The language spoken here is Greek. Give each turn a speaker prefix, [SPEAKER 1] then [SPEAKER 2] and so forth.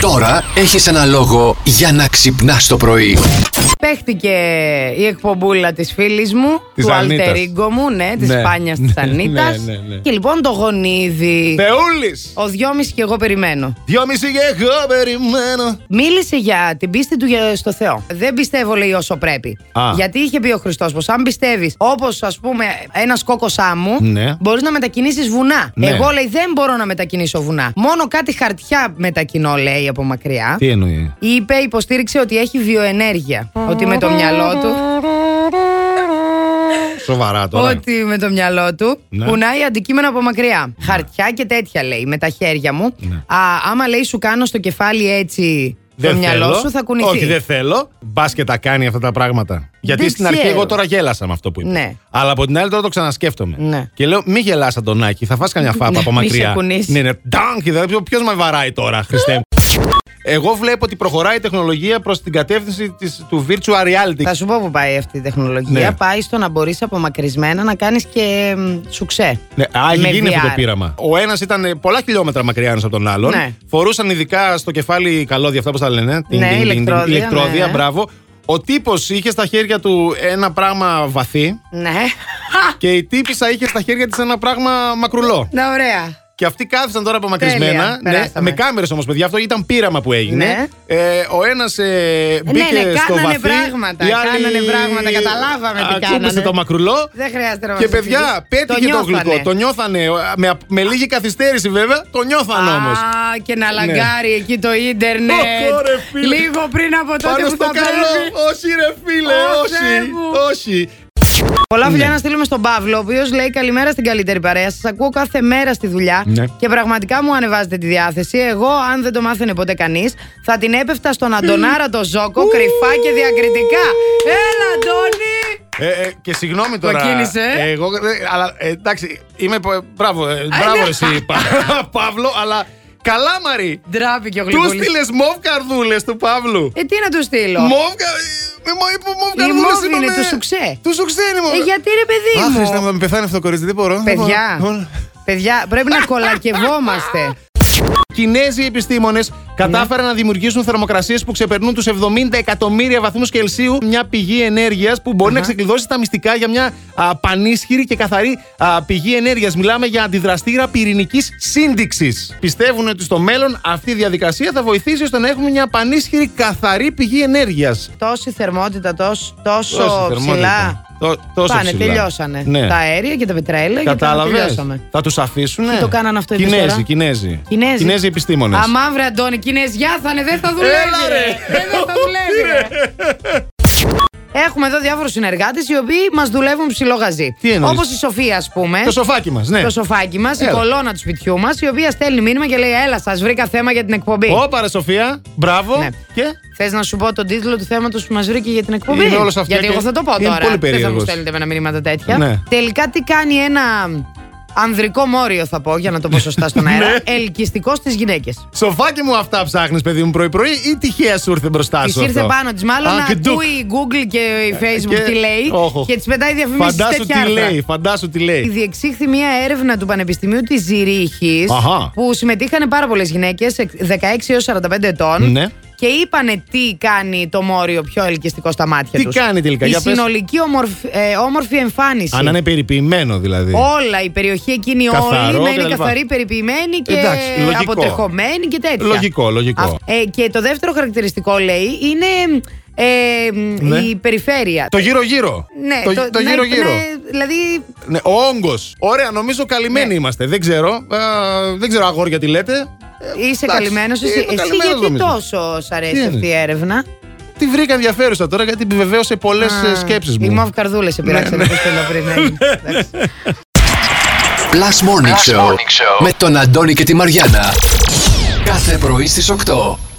[SPEAKER 1] Τώρα έχεις ένα λόγο για να ξυπνάς το πρωί.
[SPEAKER 2] Παίχτηκε η εκπομπούλα της φίλης μου,
[SPEAKER 3] Της
[SPEAKER 2] του
[SPEAKER 3] Ανίτας.
[SPEAKER 2] Αλτερίγκο μου, ναι, της
[SPEAKER 3] Ναι.
[SPEAKER 2] Σπάνιας της
[SPEAKER 3] Ναι,
[SPEAKER 2] Ανίτας.
[SPEAKER 3] ναι, ναι.
[SPEAKER 2] Και λοιπόν το γονίδι.
[SPEAKER 3] Θεούλης!
[SPEAKER 2] Ο δυόμιση και εγώ περιμένω.
[SPEAKER 3] Δυο μισή και εγώ περιμένω.
[SPEAKER 2] Μίλησε για την πίστη του για- στο Θεό. Δεν πιστεύω, λέει, όσο πρέπει.
[SPEAKER 3] Α.
[SPEAKER 2] Γιατί είχε πει ο Χριστός πως, αν πιστεύεις, όπως ας πούμε, ένας κόκο άμμου,
[SPEAKER 3] Ναι.
[SPEAKER 2] μπορείς να μετακινήσεις βουνά.
[SPEAKER 3] Ναι.
[SPEAKER 2] Εγώ, λέει, δεν μπορώ να μετακινήσω βουνά. Μόνο κάτι χαρτιά μετακινώ, λέει, από μακριά.
[SPEAKER 3] Τι εννοεί.
[SPEAKER 2] Είπε, υποστήριξε ότι έχει βιοενέργεια. Ότι με το μυαλό του.
[SPEAKER 3] Σοβαρά τώρα.
[SPEAKER 2] Ότι με το μυαλό του
[SPEAKER 3] Ναι.
[SPEAKER 2] κουνάει αντικείμενα από μακριά. Χαρτιά και τέτοια λέει με τα χέρια μου.
[SPEAKER 3] Ναι.
[SPEAKER 2] Α, άμα λέει σου κάνω στο κεφάλι έτσι το μυαλό σου θα κουνηθεί.
[SPEAKER 3] Όχι, δεν θέλω. Μπας και τα κάνει αυτά τα πράγματα. Γιατί
[SPEAKER 2] Δεν
[SPEAKER 3] στην αρχή
[SPEAKER 2] ξέρω.
[SPEAKER 3] εγώ τώρα γέλασα με αυτό που είπε.
[SPEAKER 2] Ναι.
[SPEAKER 3] Αλλά από την άλλη τώρα το ξανασκέφτομαι.
[SPEAKER 2] Ναι.
[SPEAKER 3] Και λέω, μη γελάς τον Άκη, θα φας καμιά φάπα
[SPEAKER 2] Ναι,
[SPEAKER 3] από
[SPEAKER 2] μη σε
[SPEAKER 3] μακριά.
[SPEAKER 2] κουνήσεις.
[SPEAKER 3] ναι, ναι. Ντάνκι, δηλαδή, ποιος με βαράει τώρα, Χριστέ μου. Εγώ βλέπω ότι προχωράει η τεχνολογία προς την κατεύθυνση της, του virtual reality.
[SPEAKER 2] Θα σου πω που πάει αυτή η τεχνολογία.
[SPEAKER 3] Ναι.
[SPEAKER 2] Πάει στο να μπορείς απομακρυσμένα να κάνεις και μ, σουξέ.
[SPEAKER 3] Ναι, α,
[SPEAKER 2] Με
[SPEAKER 3] έχει γίνει αυτό το
[SPEAKER 2] VR.
[SPEAKER 3] πείραμα. Ο ένας ήταν ε, πολλά χιλιόμετρα μακριά ένας από τον άλλον.
[SPEAKER 2] Ναι.
[SPEAKER 3] Φορούσαν ειδικά στο κεφάλι καλώδια, αυτά που τα λένε. ε? Τιν,
[SPEAKER 2] Ναι,
[SPEAKER 3] τιν, τιν, τιν,
[SPEAKER 2] ηλεκτρόδια,
[SPEAKER 3] ηλεκτρόδια,
[SPEAKER 2] ναι.
[SPEAKER 3] μπράβο. Ο τύπος είχε στα χέρια του ένα πράγμα βαθύ
[SPEAKER 2] Ναι.
[SPEAKER 3] και η τύπησα είχε στα χέρια της ένα πράγμα μακρουλό.
[SPEAKER 2] Να ωραία.
[SPEAKER 3] Και αυτοί κάθισαν τώρα απομακρυσμένα. Ναι,
[SPEAKER 2] Τέλεια, περάσαμε.
[SPEAKER 3] με κάμερες όμως, παιδιά, αυτό ήταν πείραμα που έγινε.
[SPEAKER 2] Ναι.
[SPEAKER 3] Ε, ο ένας ε, μπήκε
[SPEAKER 2] ναι,
[SPEAKER 3] στο
[SPEAKER 2] κάνανε
[SPEAKER 3] βαθύ.
[SPEAKER 2] πράγματα,
[SPEAKER 3] οι άλλοι-
[SPEAKER 2] κάνανε πράγματα, καταλάβαμε τι
[SPEAKER 3] Ακούμπησε
[SPEAKER 2] κάνανε.
[SPEAKER 3] το μακρουλό.
[SPEAKER 2] Δεν χρειάζεται να
[SPEAKER 3] Και
[SPEAKER 2] μας
[SPEAKER 3] παιδιά,
[SPEAKER 2] εξηγήσεις.
[SPEAKER 3] πέτυχε το,
[SPEAKER 2] νιώθανε.
[SPEAKER 3] γλυκό. Το νιώθανε. Με, με λίγη καθυστέρηση βέβαια, το νιώθαν
[SPEAKER 2] Α,
[SPEAKER 3] όμως.
[SPEAKER 2] και να λαγκάρει εκεί το ίντερνετ.
[SPEAKER 3] Ναι. Ω, ρε φίλε.
[SPEAKER 2] Λίγο πριν από τότε
[SPEAKER 3] Πάνω
[SPEAKER 2] που
[SPEAKER 3] στο
[SPEAKER 2] θα
[SPEAKER 3] καλό.
[SPEAKER 2] πρέπει.
[SPEAKER 3] Όχι, ρε φίλε,
[SPEAKER 2] Ω, Θεέ
[SPEAKER 3] όχι.
[SPEAKER 2] μου.
[SPEAKER 3] Όχι.
[SPEAKER 2] Πολλά φιλιά
[SPEAKER 3] Ναι.
[SPEAKER 2] να στείλουμε στον Παύλο, ο οποίος λέει καλημέρα στην καλύτερη παρέα. Σας ακούω κάθε μέρα στη δουλειά
[SPEAKER 3] Ναι.
[SPEAKER 2] και πραγματικά μου ανεβάζετε τη διάθεση. Εγώ, αν δεν το μάθαινε ποτέ κανείς, θα την έπεφτα στον Αντωνάρα το Ζόκο κρυφά και διακριτικά. Έλα, Αντώνη!
[SPEAKER 3] Ε, ε, και συγγνώμη τώρα.
[SPEAKER 2] κίνησε, ε.
[SPEAKER 3] Εγώ, ε, αλλά ε, εντάξει, είμαι. πο- Μπράβο, ε, μπράβο
[SPEAKER 2] ναι.
[SPEAKER 3] εσύ, Πα- Παύλο, αλλά καλά, Μαρή.
[SPEAKER 2] Ντράπηκε ο
[SPEAKER 3] Του
[SPEAKER 2] γλυκούλης.
[SPEAKER 3] στείλες μοβ καρδούλες του Παύλου.
[SPEAKER 2] Ε, τι να του στείλω.
[SPEAKER 3] Μοβ κα- ε, μο- ε, μοβ καρδούλες
[SPEAKER 2] μοβ είναι, του σουξέ.
[SPEAKER 3] Του σουξέ είναι μοβ.
[SPEAKER 2] Ε, γιατί ρε παιδί
[SPEAKER 3] Αχ,
[SPEAKER 2] μου.
[SPEAKER 3] Χριστέ μου, θα με πεθάνει αυτό το κορίτσι, δεν μπορώ. δεν
[SPEAKER 2] Παιδιά,
[SPEAKER 3] μπορώ. Λοιπόν,
[SPEAKER 2] παιδιά, πρέπει να κολακευόμαστε.
[SPEAKER 3] Κινέζοι επιστήμονες κατάφεραν να δημιουργήσουν θερμοκρασίες που ξεπερνούν τους 70 εκατομμύρια βαθμούς Κελσίου. Μια πηγή ενέργειας που μπορεί να ξεκλειδώσει τα μυστικά για μια α, πανίσχυρη και καθαρή α, πηγή ενέργειας. Μιλάμε για αντιδραστήρα πυρηνικής σύνδεξης. Πιστεύουν ότι στο μέλλον αυτή η διαδικασία θα βοηθήσει ώστε να έχουμε μια πανίσχυρη καθαρή πηγή ενέργειας.
[SPEAKER 2] Τόση θερμότητα, τόσ- τόσο ψηλά.
[SPEAKER 3] Τόσο
[SPEAKER 2] Πάνε,
[SPEAKER 3] ψηλά.
[SPEAKER 2] τελειώσανε.
[SPEAKER 3] Ναι.
[SPEAKER 2] Τα αέρια και τα πετρέλαια και τα
[SPEAKER 3] Κατάλαβες.
[SPEAKER 2] τελειώσαμε.
[SPEAKER 3] Θα τους αφήσουν.
[SPEAKER 2] Τι το κάνανε αυτό εμείς
[SPEAKER 3] Κινέζοι,
[SPEAKER 2] τώρα?
[SPEAKER 3] Κινέζοι.
[SPEAKER 2] Κινέζοι.
[SPEAKER 3] Κινέζοι επιστήμονες.
[SPEAKER 2] Αμαύρε, Αντώνη, Κινέζιά θα είναι, δεν θα δουλεύει.
[SPEAKER 3] Έλα, ρε.
[SPEAKER 2] Ε, δεν θα δουλεύει. ρε. Έχουμε εδώ διάφορους συνεργάτες οι οποίοι μας δουλεύουν ψηλό γαζί.
[SPEAKER 3] Τι εννοείς?
[SPEAKER 2] Όπως η Σοφία, ας πούμε.
[SPEAKER 3] Το σοφάκι μας, ναι.
[SPEAKER 2] Το σοφάκι μας, η
[SPEAKER 3] Έλα.
[SPEAKER 2] κολόνα του σπιτιού μας, η οποία στέλνει μήνυμα και λέει: Έλα, σας βρήκα θέμα για την εκπομπή.
[SPEAKER 3] Όπα ρε Σοφία, μπράβο.
[SPEAKER 2] Ναι.
[SPEAKER 3] Και
[SPEAKER 2] Θες να σου πω τον τίτλο του θέματος που μας βρήκε για την εκπομπή.
[SPEAKER 3] Είναι όλος αυτό
[SPEAKER 2] Γιατί
[SPEAKER 3] και
[SPEAKER 2] εγώ θα το πω
[SPEAKER 3] είναι
[SPEAKER 2] τώρα.
[SPEAKER 3] πολύ
[SPEAKER 2] Δεν θα μου
[SPEAKER 3] περίεργος.
[SPEAKER 2] στέλνετε με ένα μήνυμα τέτοια.
[SPEAKER 3] Ναι.
[SPEAKER 2] Τελικά τι κάνει ένα ανδρικό μόριο, θα πω, για να το πω σωστά στον
[SPEAKER 3] Ναι.
[SPEAKER 2] αέρα. Ελκυστικός στις γυναίκες.
[SPEAKER 3] σοφάκι μου αυτά ψάχνεις, παιδί μου, πρωί-πρωί ή τυχαία σου ήρθε μπροστά
[SPEAKER 2] Τη
[SPEAKER 3] σου.
[SPEAKER 2] ήρθε
[SPEAKER 3] αυτό?
[SPEAKER 2] πάνω της, μάλλον
[SPEAKER 3] Α,
[SPEAKER 2] να
[SPEAKER 3] και ντουκ. Ε,
[SPEAKER 2] ακούει η Google και η Facebook
[SPEAKER 3] Και-
[SPEAKER 2] τι λέει
[SPEAKER 3] Όχ, όχ.
[SPEAKER 2] και της πετάει διαφημίσεις
[SPEAKER 3] Φαντάσου
[SPEAKER 2] τέτοια
[SPEAKER 3] τι
[SPEAKER 2] άρθρα.
[SPEAKER 3] λέει, φαντάσου τι λέει.
[SPEAKER 2] Διεξήχθη μια έρευνα του Πανεπιστημίου της Ζηρίχης
[SPEAKER 3] Αχα.
[SPEAKER 2] που συμμετείχαν πάρα πολλές γυναίκες 16 έω 45 ετών
[SPEAKER 3] Ναι.
[SPEAKER 2] και είπανε τι κάνει το μόριο πιο ελκυστικό στα μάτια
[SPEAKER 3] Τι
[SPEAKER 2] τους.
[SPEAKER 3] κάνει τελικά,
[SPEAKER 2] Η
[SPEAKER 3] για πες.
[SPEAKER 2] συνολική ομορφη, ε, όμορφη εμφάνιση.
[SPEAKER 3] Αν είναι περιποιημένο δηλαδή.
[SPEAKER 2] Όλα η περιοχή εκείνη
[SPEAKER 3] Καθαρό
[SPEAKER 2] όλη να είναι
[SPEAKER 3] κτλ.
[SPEAKER 2] καθαρή, περιποιημένη και
[SPEAKER 3] Εντάξει, λογικό.
[SPEAKER 2] αποτεχωμένη και τέτοια.
[SPEAKER 3] Λογικό, λογικό.
[SPEAKER 2] Αυ- ε, και το δεύτερο χαρακτηριστικό λέει είναι ε, μ,
[SPEAKER 3] Ναι.
[SPEAKER 2] η περιφέρεια.
[SPEAKER 3] Το γύρω-γύρω.
[SPEAKER 2] ναι,
[SPEAKER 3] το, το
[SPEAKER 2] ναι,
[SPEAKER 3] γύρω-γύρω.
[SPEAKER 2] ναι, δηλαδή
[SPEAKER 3] Ναι, ο όγκος. Ωραία, νομίζω καλυμμένοι
[SPEAKER 2] Ναι.
[SPEAKER 3] είμαστε. Δεν ξέρω. Α, δεν ξέρω αγόρια τι λέτε.
[SPEAKER 2] ε, είσαι
[SPEAKER 3] εντάξει,
[SPEAKER 2] καλυμμένος. Εσύ,
[SPEAKER 3] είμαι
[SPEAKER 2] εσύ
[SPEAKER 3] καλυμμένος
[SPEAKER 2] γιατί
[SPEAKER 3] νομίζω.
[SPEAKER 2] τόσο σ' αρέσει
[SPEAKER 3] Τι
[SPEAKER 2] αυτή η
[SPEAKER 3] είναι.
[SPEAKER 2] έρευνα.
[SPEAKER 3] Τη βρήκα ενδιαφέρουσα τώρα γιατί επιβεβαίωσε πολλές
[SPEAKER 2] Α,
[SPEAKER 3] σκέψει
[SPEAKER 2] Η
[SPEAKER 3] ε, μου.
[SPEAKER 2] Μαύ Καρδούλα σε πειράξε να πεις τώρα πριν. ναι. Εντάξει.
[SPEAKER 1] Plus Morning, Show, με τον Αντώνη και τη Μαριάνα. Κάθε πρωί στις 8.